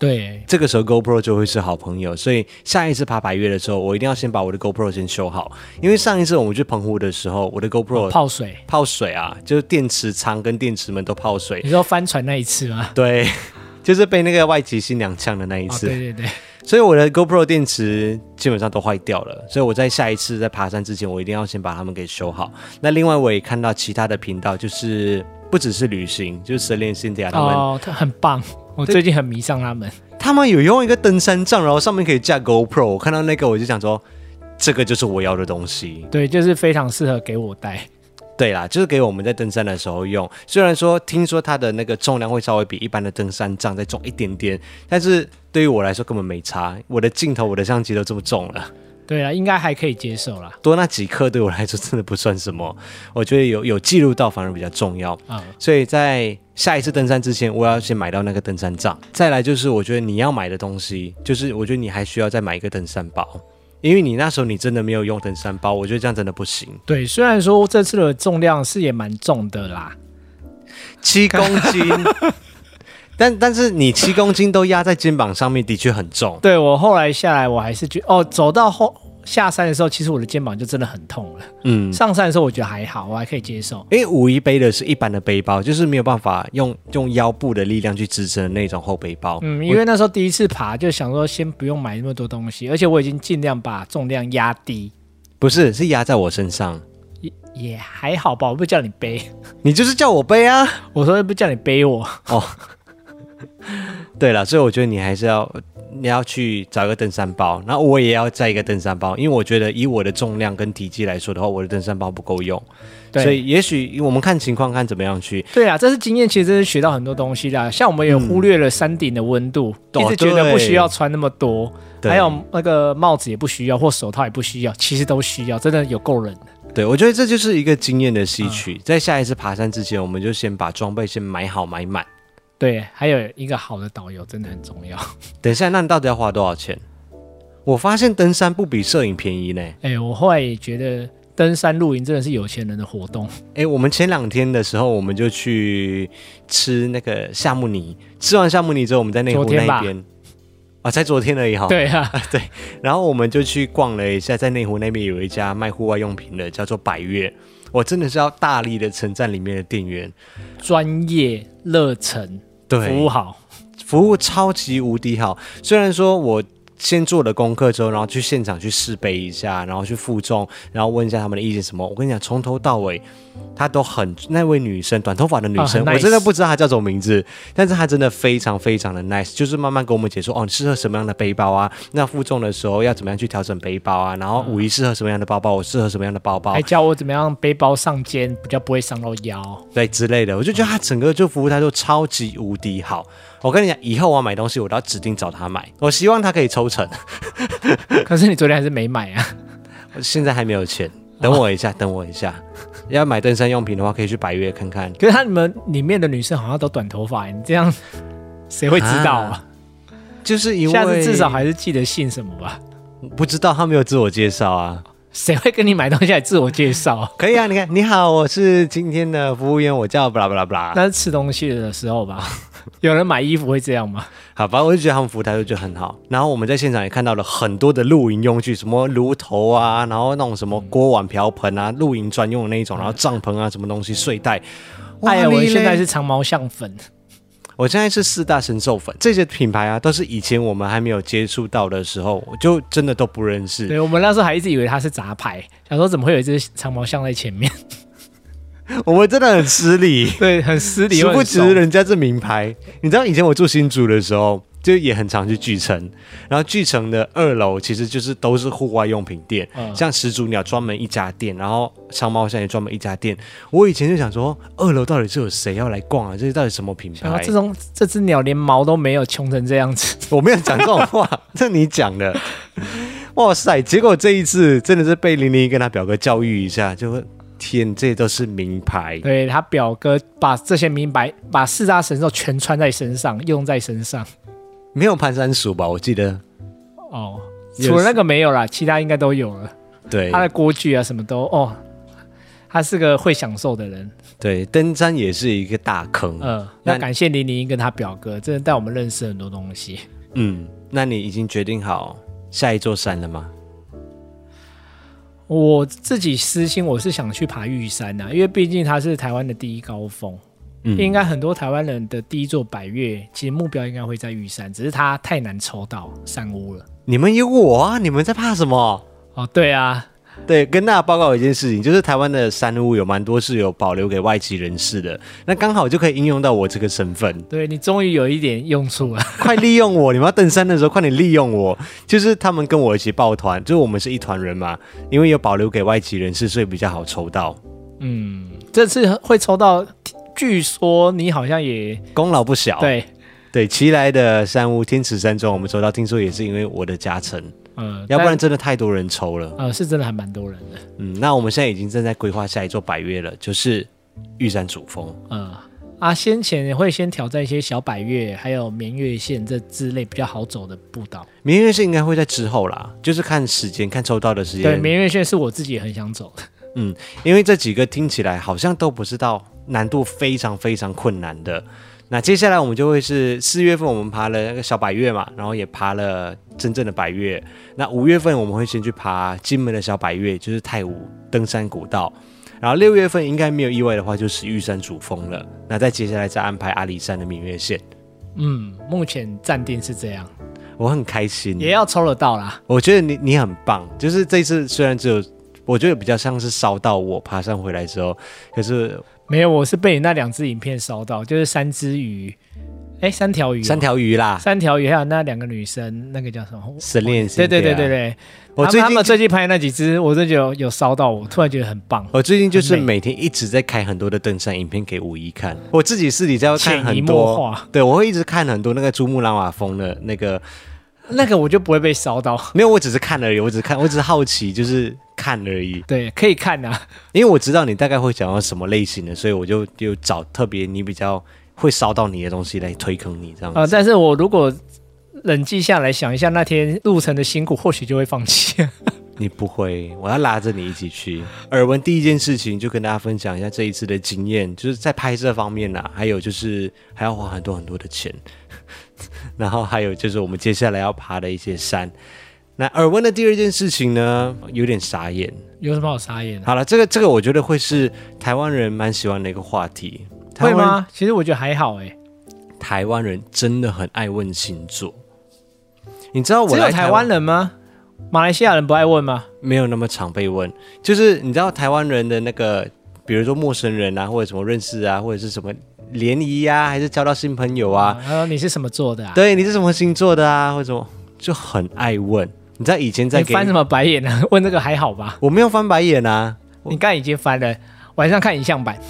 S2: 对，
S1: 这个时候 GoPro 就会是好朋友，所以下一次爬百越的时候，我一定要先把我的 GoPro 先修好，因为上一次我们去澎湖的时候，我的 GoPro
S2: 泡水。
S1: 泡水啊，就是电池仓跟电池门都泡水，
S2: 你说帆船那一次吗？
S1: 对， 就是被那个外籍新娘呛的那一
S2: 哦，
S1: 次，
S2: 对对对，
S1: 所以我的 GoPro 电池基本上都坏掉了，所以我在下一次在爬山之前，我一定要先把它们给修好。那另外我也看到其他的频道，就是不只是旅行，就是 Celine、Cynthia 他们，
S2: 哦，他很棒，我最近很迷上他们。
S1: 他们有用一个登山杖，然后上面可以架 GoPro，我看到那个我就想说，这个就是我要的东西。
S2: 对，就是非常适合给我带。
S1: 对啦，就是给我们在登山的时候用。虽然说听说它的那个重量会稍微比一般的登山杖再重一点点，但是对于我来说根本没差。我的镜头、我的相机都这么重了，
S2: 对啊，应该还可以接受啦。
S1: 多那几克对我来说真的不算什么。我觉得有有记录到反而比较重要。
S2: 啊、
S1: 所以在下一次登山之前，我要先买到那个登山杖。再来就是，我觉得你要买的东西，就是我觉得你还需要再买一个登山包，因为你那时候你真的没有用登山包，我觉得这样真的不行，
S2: 对，虽然说这次的重量是也蛮重的啦，
S1: 七公斤。但但是你七公斤都压在肩膀上面，的确很重。
S2: 对我后来下来，我还是觉哦，走到后下山的时候，其实我的肩膀就真的很痛了。
S1: 嗯，
S2: 上山的时候我觉得还好，我还可以接受。
S1: 因为五一背的是一般的背包，就是没有办法用用腰部的力量去支撑的那种后背包。
S2: 嗯，因为那时候第一次爬，就想说先不用买那么多东西，而且我已经尽量把重量压低，
S1: 不是，是压在我身上。
S2: 也也还好吧。我不叫你背，
S1: 你就是叫我背啊。
S2: 我说不叫你背我。
S1: 对了，所以我觉得你还是要你要去找一个登山包，然后我也要带一个登山包，因为我觉得以我的重量跟体积来说的话，我的登山包不够用，
S2: 对
S1: 所以也许我们看情况看怎么样去。
S2: 对啊，这次经验其实真是学到很多东西啦。像我们也忽略了山顶的温度，
S1: 嗯
S2: 一直觉得不需要穿那么多，
S1: 对
S2: 还有那个帽子也不需要，或手套也不需要，其实都需要，真的有够冷的。
S1: 对我觉得这就是一个经验的吸取，在下一次爬山之前，我们就先把装备先买好买满。
S2: 对，还有一个好的导游真的很重 要。
S1: 等一下，那你到底要花多少钱？我发现登山不比摄影便宜呢。
S2: 哎，我后来也觉得登山露营真的是有钱人的活动，
S1: 哎、我们前两天的时候，我们就去吃那个夏目尼，吃完夏目尼之后，我们在内湖
S2: 昨天
S1: 那
S2: 吧
S1: 一边，啊，才昨天而已哈。。
S2: 对啊，
S1: 然后我们就去逛了一下，在内湖那边有一家卖户外用品的，叫做百悦。我真的是要大力的称赞里面的店员，
S2: 专业、热忱、
S1: 对，
S2: 服务好，
S1: 服务超级无敌好。虽然说我先做了功课之后，然后去现场去试背一下，然后去负重，然后问一下他们的意见什么。我跟你讲，从头到尾，她都很那位女生，短头发的女生，
S2: 啊很
S1: 我真的
S2: nice
S1: 不知道她叫什么名字，但是她真的非常非常的 nice，就是慢慢跟我们解说哦，你适合什么样的背包啊？那负重的时候要怎么样去调整背包啊？然后五一适合什么样的包包，我适合什么样的包包
S2: 还，教我怎么样背包上肩比较不会伤到腰。
S1: 对之类的，我就觉得他整个就服务态度超级无敌好。我跟你讲，以后我要买东西，我都要指定找他买。我希望他可以抽成，
S2: 可是你昨天还是没买啊？
S1: 现在还没有钱，等我一下，等我一下。要买登山用品的话，可以去百越看看。
S2: 可是他你们里面的女生好像都短头发，你这样 谁会知道啊？
S1: 就是因为
S2: 下次至少还是记得姓什么吧？
S1: 不知道他没有自我介绍啊。
S2: 谁会跟你买东西来自我介绍？
S1: 可以啊，你看，你好，我是今天的服务员，我叫布拉布拉布拉。
S2: 那是吃东西的时候吧？ 有人买衣服会这样吗？
S1: 好，反正我就觉得他们服务态度就很好。然后我们在现场也看到了很多的露营用具，什么炉头啊，然后那种什么锅碗瓢盆啊，露营专用的那一种，然后帐篷啊，什么东西，睡袋。哇
S2: 艾尔文现在，
S1: 你嘞
S2: 是长毛象粉，
S1: 我现在是四大神兽粉，这些品牌啊，都是以前我们还没有接触到的时候，我就真的都不认识。
S2: 对我们那时候还一直以为它是杂牌，想说怎么会有一只长毛象在前面？，
S1: 我们真的很失礼
S2: 对，很失 礼，
S1: 殊不
S2: 又
S1: 知
S2: 很怂
S1: 人家是名牌。你知道以前我住新竹的时候，就也很常去巨城，然后巨城的二楼其实就是都是户外用品店。
S2: 嗯
S1: 像始祖鸟专门一家店，然后长毛象也专门一家店。我以前就想说，二楼到底是有谁要来逛啊？这是到底什么品
S2: 然后
S1: 牌
S2: 这？种这只鸟连毛都没有，穷成这样子，
S1: 我没有讲这种话，这你讲的。哇塞！结果这一次真的是被玲玲跟她表哥教育一下，就会天，这都是名牌。
S2: 对他表哥把这些名牌，把四大神兽全穿在身上，用在身上。
S1: 没有攀山鼠吧？我记得。
S2: 哦，
S1: 也
S2: 除了那
S1: 是
S2: 个没有啦，其他应该都有了。
S1: 对
S2: 他的锅具啊，什么都哦，他是个会享受的人。
S1: 对，登山也是一个大坑。
S2: 嗯，
S1: 那
S2: 那感谢林玲跟他表哥，真的带我们认识很多东西。
S1: 嗯，那你已经决定好下一座山了吗？
S2: 我自己私心，我是想去爬玉山呐、因为毕竟它是台湾的第一高峰，应
S1: 嗯，
S2: 该很多台湾人的第一座百越，其实目标应该会在玉山，只是它太难抽到山屋了。
S1: 你们有我啊，你们在怕什么？
S2: 哦，对啊，，
S1: 对，跟大家报告一件事情，就是台湾的山屋有蛮多是有保留给外籍人士的，那刚好就可以应用到我这个身份
S2: 对你终于有一点用处了。
S1: 快利用我！你们要登山的时候，快点利用我。就是他们跟我一起抱团，就是我们是一团人嘛，因为有保留给外籍人士，所以比较好抽到。
S2: 嗯，这次会抽到，据说你好像也
S1: 功劳不小，
S2: 对，
S1: 对，奇来的山屋天池山庄，我们抽到，听说也是因为我的加成，
S2: 嗯，
S1: 要不然
S2: 但
S1: 真的太多人抽了。
S2: 呃是真的还蛮多人的，
S1: 嗯，那我们现在已经正在规划下一座百越了，就是玉山主峰。
S2: 嗯。啊，先前会先挑战一些小百越，还有绵越线这之类比较好走的步道。
S1: 明月是应该会在之后啦，就是看时间，看抽到的时
S2: 对，
S1: 间。
S2: 绵越线是我自己也很想走的。
S1: 嗯，因为这几个听起来好像都不是到难度非常非常困难的。那接下来我们就会是四月份我们爬了那个小百越嘛，然后也爬了真正的百越。那五月份我们会先去爬金门的小百越，就是泰武登山古道。然后六月份应该没有意外的话，就是玉山主峰了。那再接下来再安排阿里山的明月线，
S2: 嗯，目前暂定是这样，
S1: 我很开心。
S2: 也要抽得到啦。
S1: 我觉得你你很棒，就是这次虽然只有，我觉得比较像是烧到我爬山回来之后，可是
S2: 没有，我是被你那两只影片烧到，就是三只鱼，哎，三条鱼哦、
S1: 三条鱼啦，
S2: 三条鱼，还有那两个女生，那个叫什么？
S1: 神恋心贴
S2: 对对
S1: 啊
S2: 对对，对，
S1: 我
S2: 他
S1: 最
S2: 们他
S1: 近
S2: 们最近拍那几支，我真的有有烧到我，突然觉得很棒。
S1: 我最近就是
S2: 很
S1: 每天一直在开很多的登山影片给五一看，我自己私底下会看
S2: 潜移
S1: 很
S2: 默
S1: 多，
S2: 化，
S1: 对我会一直看很多那个珠穆朗玛峰的那个，
S2: 那个我就不会被烧到。
S1: 没有，我只是看而已，我只是看，我只是好奇，就是看而已，
S2: 对，可以看啊。
S1: 因为我知道你大概会想要什么类型的，所以我就就找特别你比较会烧到你的东西来推坑你这样子。
S2: 呃，但是 我如果冷静下来想一下那天路程的辛苦，或许就会放弃。
S1: 你不会，我要拉着你一起去。耳闻第一件事情就跟大家分享一下这一次的经验，就是在拍摄方面啦、还有就是还要花很多很多的钱， 然后还有就是我们接下来要爬的一些山。那耳闻的第二件事情呢，有点傻眼。
S2: 有什么好傻眼的？
S1: 好了，这个这个我觉得会是台湾人蛮喜欢的一个话题。台
S2: 会
S1: 湾
S2: 吗？其实我觉得还好哎、
S1: 台湾人真的很爱问星座。你知道我
S2: 只有
S1: 来
S2: 台
S1: 湾
S2: 湾人吗？马来西亚人不爱问吗？
S1: 没有那么常被问，就是你知道台湾人的那个，比如说陌生人啊，或者什么认识啊，或者是什么联谊啊，还是交到新朋友啊，
S2: 啊，他说你是什么座的啊？
S1: 对你是什么星座的啊，或者什么就很爱问。你知道以前在
S2: 你
S1: 给
S2: 翻什么白眼啊？ 问这个还好吧？
S1: 我没有翻白眼啊，我
S2: 你刚才已经翻了，晚上看影像版。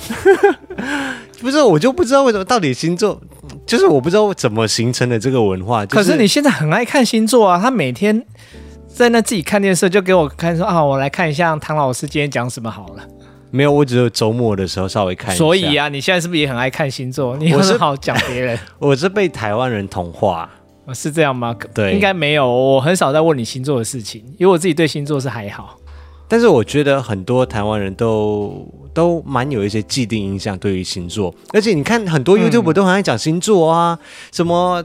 S1: 不是我就不知道为什么到底星座，就是我不知道怎么形成的这个文化。就
S2: 可是你现在很爱看星座啊，他每天在那自己看电视，就给我看说啊，我来看一下唐老师今天讲什么好了。
S1: 没有，我只有周末的时候稍微看一下。
S2: 所以啊，你现在是不是也很爱看星座？你
S1: 我是
S2: 很好讲别人，
S1: 我是被台湾人同化，
S2: 哦是这样吗？
S1: 对
S2: 应该没有，我很少在问你星座的事情，因为我自己对星座是还好。
S1: 但是我觉得很多台湾人都都蛮有一些既定印象对于星座，而且你看很
S2: 嗯
S1: 多 YouTube 都很爱讲星座啊，什么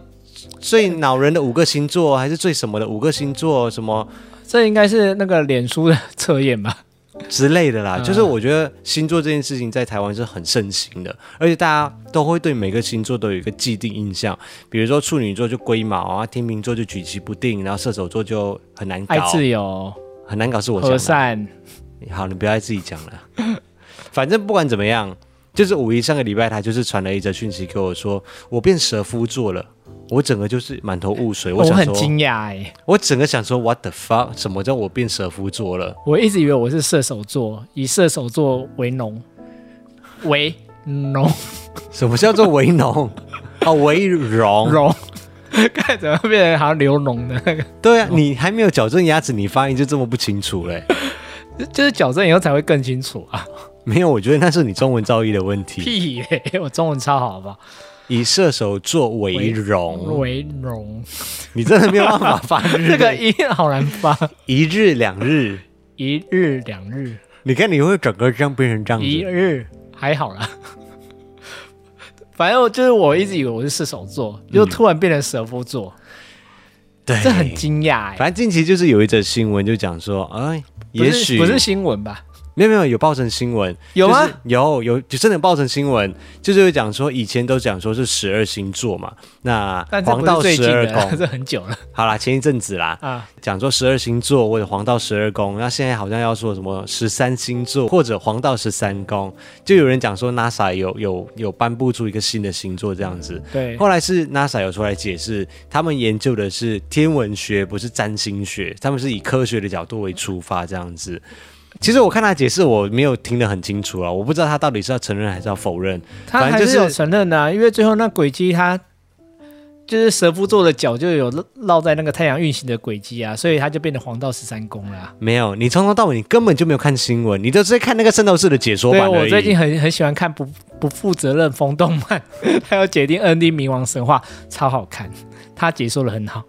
S1: 最恼人的五个星座，还是最什么的五个星座，什么
S2: 这应该是那个脸书的 测验吧？
S1: 之类的啦。
S2: 嗯
S1: 就是我觉得星座这件事情在台湾是很盛行的，而且大家都会对每个星座都有一个既定印象，比如说处女座就龟毛啊，天秤座就举棋不定，然后射手座就很难搞
S2: 爱，自由、
S1: 很难搞是我讲
S2: 和
S1: 的。
S2: 善，
S1: 好，你不要再自己讲了。反正不管怎么样，就是五一上个礼拜，他就是传了一则讯息给我说，我变蛇夫座了。我整个就是满头雾水，
S2: 哦我
S1: 我想
S2: 很
S1: 说，
S2: 惊讶哎，
S1: 我整个想说，what the fuck？什么叫我变蛇夫座了？
S2: 我一直以为我是射手座，以射手座为农，为农
S1: 什么叫做为农？哦，为荣。
S2: 农， 看怎么变成好像流脓的那个，
S1: 对啊，你还没有矫正牙齿，你发音就这么不清楚嘞？
S2: 就就是矫正以后才会更清楚啊！
S1: 没有，我觉得那是你中文造诣的问题。
S2: 屁耶、我中文超好，好不好？
S1: 以射手座为荣，
S2: 为农，
S1: 你真的没有办法发日。
S2: 嗯 这个音好难发，
S1: 一日两日，
S2: 一日两日，
S1: 你看你会整个这样变成这样子。
S2: 一日还好啦。 反正我就是我一直以为我是射手座，
S1: 嗯
S2: 就突然变成蛇夫座，
S1: 对，
S2: 这很惊讶哎。
S1: 反正近期就是有一则新闻，就讲说，哎，
S2: 不
S1: 也
S2: 是
S1: 许
S2: 不是新闻吧？
S1: 没有没有有报成新闻，
S2: 有啊
S1: 就
S2: 吗
S1: 是有有就真的报成新闻，就是有讲说以前都讲说是十二星座嘛，那
S2: 但这
S1: 黄
S2: 不是
S1: 道
S2: 最近
S1: 十二
S2: 的，
S1: 宫，
S2: 这很久了
S1: 好啦，前一阵子啦，
S2: 啊。
S1: 讲说十二星座或者黄道十二宫，那现在好像要说什么十三星座或者黄道十三宫，就有人讲说 NASA 有有有颁布出一个新的星座这样子，
S2: 对，
S1: 后来是 NASA 有出来解释，他们研究的是天文学，不是占星学，他们是以科学的角度为出发这样子。其实我看他解释，我没有听得很清楚啊，我不知道他到底是要承认还是要否认。
S2: 他
S1: 反正
S2: 还
S1: 就是
S2: 是有承认的啊、因为最后那轨迹他就是蛇夫座的脚就有绕绕在那个太阳运行的轨迹啊，所以他就变成黄道十三宫了啊、
S1: 没有，你从头到尾你根本就没有看新闻，你都是在看那个圣斗士的解说
S2: 对，
S1: 版而
S2: 我
S1: 已。
S2: 最近很很喜欢看不不负责任风动漫， 还有解定 ND 冥王神话，超好看，他解说的很好，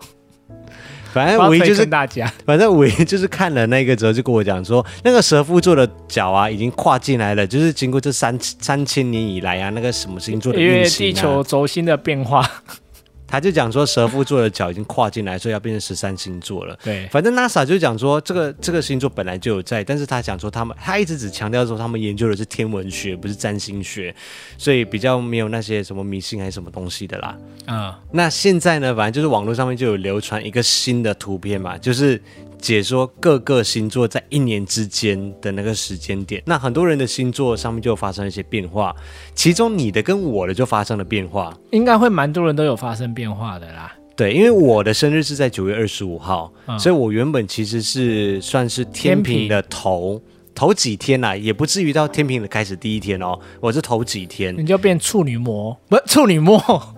S1: 反
S2: 我
S1: 正
S2: 要
S1: 哎唯一
S2: 推
S1: 就是
S2: 荐大家。
S1: 反正我也就是看了那个之后，就跟我讲说，那个蛇夫座的脚啊，已经跨进来了，就是经过这三三千年以来啊，那个什么星座的
S2: 因为
S1: 运行、啊、
S2: 地球轴心的变化，
S1: 他就讲说蛇夫座的脚已经跨进来，所以要变成十三星座了。
S2: 对，
S1: 反正 NASA 就讲说，这个这个星座本来就有在，但是他讲说他们，他一直只强调说他们研究的是天文学，不是占星学，所以比较没有那些什么迷信还是什么东西的啦。
S2: 嗯，
S1: 那现在呢，反正就是网络上面就有流传一个新的图片嘛，就是解说各个星座在一年之间的那个时间点。那很多人的星座上面就发生了一些变化，其中你的跟我的就发生了变化。
S2: 应该会蛮多人都有发生变化的啦。
S1: 对，因为我的生日是在九月二十五号，
S2: 嗯
S1: 所以我原本其实是算是天平的头头几天啦、也不至于到天平的开始第一天哦，我是头几天。
S2: 你就变处女膜，不是处女膜，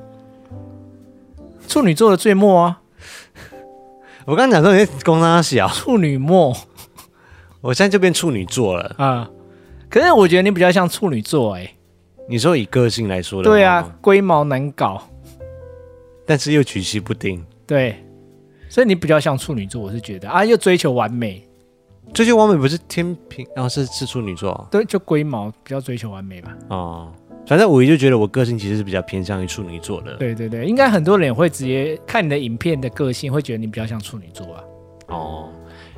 S2: 处女座的最末啊，
S1: 我刚刚讲说你在公差小，
S2: 处女末
S1: 我现在就变处女座了。
S2: 啊、可是我觉得你比较像处女座哎、
S1: 你说以个性来说的话，哦
S2: 对啊，，龟毛难搞，
S1: 但是又举棋不定。
S2: 对，所以你比较像处女座，我是觉得啊，又追求完美，
S1: 最近完美不是天平，然、后是是处女座哦
S2: 对，就龟毛比较追求完美吧。
S1: 哦。反正我就觉得我个性其实是比较偏向于处女座的
S2: 对对对，应该很多人也会直接看你的影片的个性，会觉得你比较像处女座啊。
S1: 哦。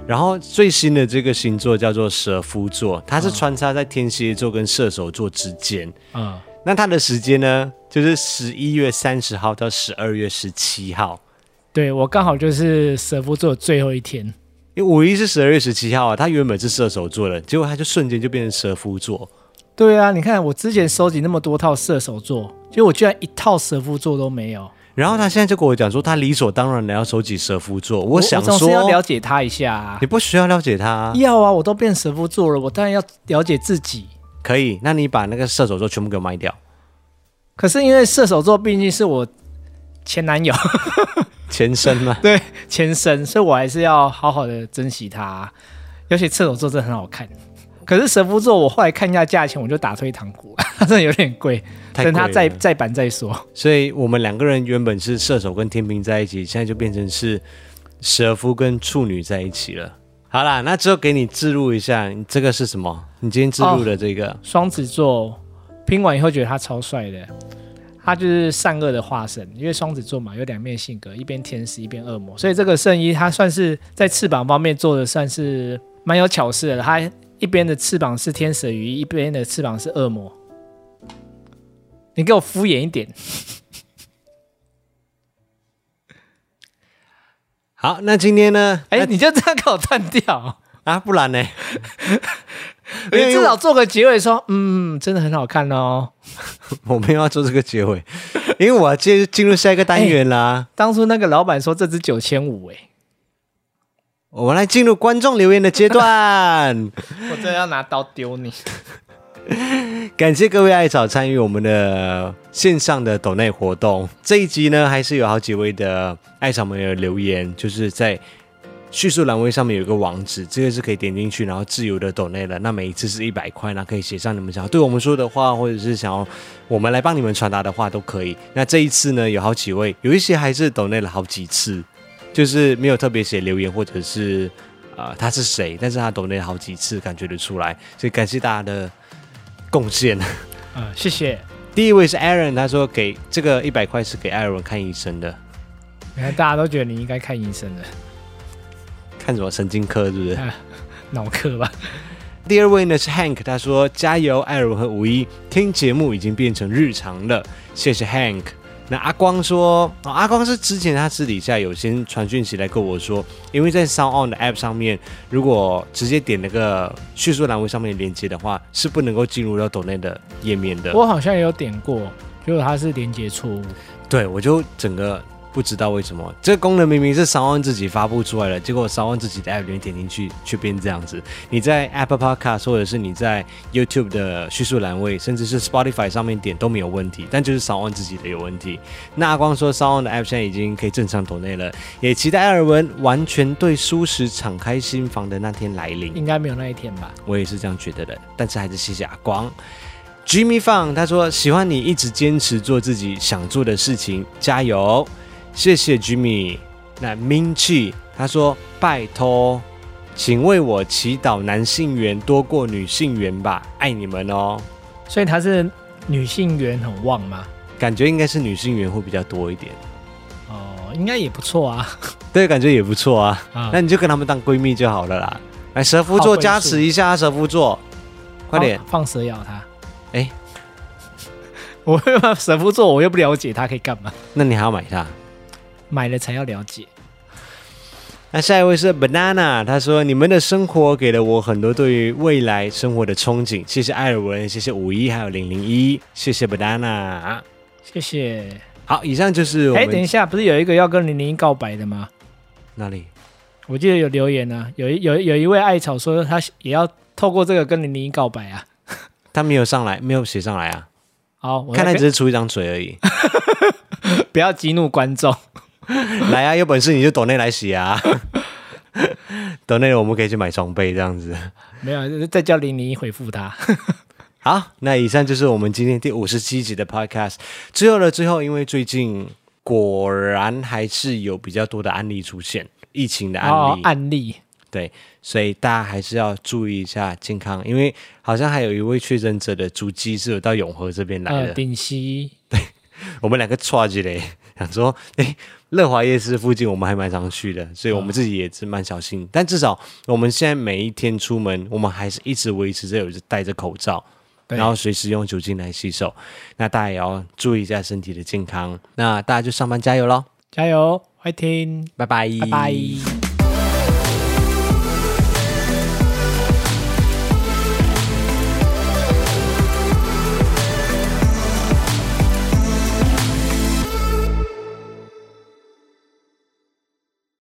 S1: 然后最新的这个星座叫做蛇夫座，它是穿插在天蝎座跟射手座之间。
S2: 嗯，
S1: 那它的时间呢，就是十一月三十号到十二月十七号。
S2: 对我刚好就是蛇夫座最后一天。
S1: 因为五一是十二月十七号啊，它原本是射手座的，结果它就瞬间就变成蛇夫座。
S2: 对啊，你看我之前收集那么多套射手座，结果我居然一套蛇夫座都没有。
S1: 然后他现在就跟我讲说，他理所当然的要收集蛇夫座。我想
S2: 我总是要了
S1: 说，
S2: 解他一下、啊
S1: 你。不需要了解他啊，
S2: 要啊，我都变蛇夫座了，我当然要了解自己。
S1: 可以。那你把那个射手座全部给我卖掉，
S2: 可是因为射手座毕竟是我前男友。
S1: 前身嘛
S2: 对前身，所以我还是要好好的珍惜他、尤其射手座真的很好看，可是蛇夫座我后来看一下价钱，我就打退堂鼓， 它真的有点贵。
S1: 太
S2: 等
S1: 贵
S2: 它
S1: 了
S2: 再再版再说。
S1: 所以我们两个人原本是射手跟天平在一起，现在就变成是蛇夫跟处女在一起了。好啦，那之后给你置入一下，你这个是什么？你今天置入的这个，
S2: 双子座拼完以后觉得他超帅的，他就是善恶的化身，因为双子座嘛有两面性格，一边天使一边恶魔，所以这个圣衣他算是在翅膀方面做的算是蛮有巧思的，他一边的翅膀是天使的羽翼，一边的翅膀是恶魔。你给我敷衍一点，
S1: 好，那今天呢？
S2: 哎、你就这样给我断 掉，
S1: 啊，不然呢？
S2: 你
S1: 因为
S2: 至少做个结尾说，嗯，真的很好看哦。
S1: 我没有要做这个结尾，因为我要接进入下一个单元啦。
S2: 当初那个老板说这只九千五，哎，
S1: 我们来进入观众留言的阶段，
S2: 我真的要拿刀丢你。
S1: 感谢各位爱草参与我们的线上的抖内活动。这一集呢，还是有好几位的爱草们有留言，就是在叙述栏位上面有一个网址，这个是可以点进去，然后自由的抖内了。那每一次是一百块，那可以写上你们想要对我们说的话，或者是想要我们来帮你们传达的话都可以。那这一次呢，有好几位，有一些还是抖内了好几次，就是没有特别写留言或者是啊、呃他是谁，但是他抖内了好几次，感觉得出来，所以感谢大家的贡献。
S2: 嗯，谢谢。
S1: 第一位是 Aaron，他说给这个一百块是给 Aaron 看医生的，
S2: 你看，大家都觉得你应该看医生的
S1: 看什么神经科是不是？
S2: 脑科 吧？
S1: 第二位呢是 Hank，他说加油，艾伦和五一，听节目已经变成日常了，谢谢 Hank。那阿光说，哦，阿光是之前他私底下有先传讯息来跟我说，因为在 Sound On 的 App 上面，如果直接点那个叙述栏位上面的链接的话，是不能够进入到抖内的页面的。
S2: 我好像也有点过，结果它是连接错误。
S1: 对，我就整个不知道为什么这个功能明明是三万自己发布出来的，结果三万自己的 app 里面点进去却变这样子。你在 Apple Podcast 或者是你在 YouTube 的叙述栏位，甚至是 Spotify 上面点都没有问题，但就是三万自己的有问题。那阿光说三万的 app 现在已经可以正常投内了，也期待艾尔文完全对舒适敞开心房的那天来临。
S2: 应该没有那一天吧？
S1: 我也是这样觉得的，但是还是谢谢阿光。Jimmy Fang 他说喜欢你一直坚持做自己想做的事情，加油！谢谢 Jimmy。那 Minchi 他说拜托，请为我祈祷男性缘多过女性缘吧，爱你们哦。
S2: 所以它是女性缘很旺嘛？
S1: 感觉应该是女性缘会比较多一点，
S2: 哦，应该也不错啊。
S1: 对，感觉也不错啊。
S2: 啊
S1: 那你就跟他们当闺蜜就好了啦。来，蛇夫
S2: 好
S1: 座
S2: 倍
S1: 加
S2: 数
S1: 持一下啊，蛇夫座，快点
S2: 放，放蛇咬它。
S1: 哎
S2: 我又把蛇夫座，我又不了解它可以干嘛，
S1: 那你还要买它？
S2: 买了才要了解。
S1: 那下一位是 banana，他说：“你们的生活给了我很多对于未来生活的憧憬，谢谢艾尔文，谢谢五一，还有零零一，谢谢 banana。
S2: 谢谢。”
S1: 好，以上就是我
S2: 哎，等一
S1: 们
S2: 下，不是有一个要跟零零一告白的吗？
S1: 哪里？
S2: 我记得有留言啊，有一有一有一位艾草说他也要透过这个跟零零一告白啊。
S1: 他没有上来，没有写上来啊，
S2: 好，我
S1: 看来
S2: 来
S1: 只是出一张嘴 而已。
S2: 不要激怒观众。
S1: 来啊，有本事你就抖内来洗啊， 抖内我们可以去买装备这样子。
S2: 没有，再叫零零一回复他。
S1: 好，那以上就是我们今天第五十七集的 podcast。最后的最后，因为最近果然还是有比较多的案例出现，疫情的案例。
S2: 哦，案例
S1: 对，所以大家还是要注意一下健康，因为好像还有一位确诊者的足迹是有到永和这边来的。
S2: 呃，顶溪
S1: 我们两个串起来，想说，哎，乐华夜市附近我们还蛮常去的，所以我们自己也是蛮小心。但至少我们现在每一天出门，我们还是一直维持着有戴着口罩，
S2: 对
S1: 然后随时用酒精来洗手。那大家也要注意一下身体的健康。那大家就上班加油喽，
S2: 加油，快听，
S1: 拜拜，
S2: 拜拜。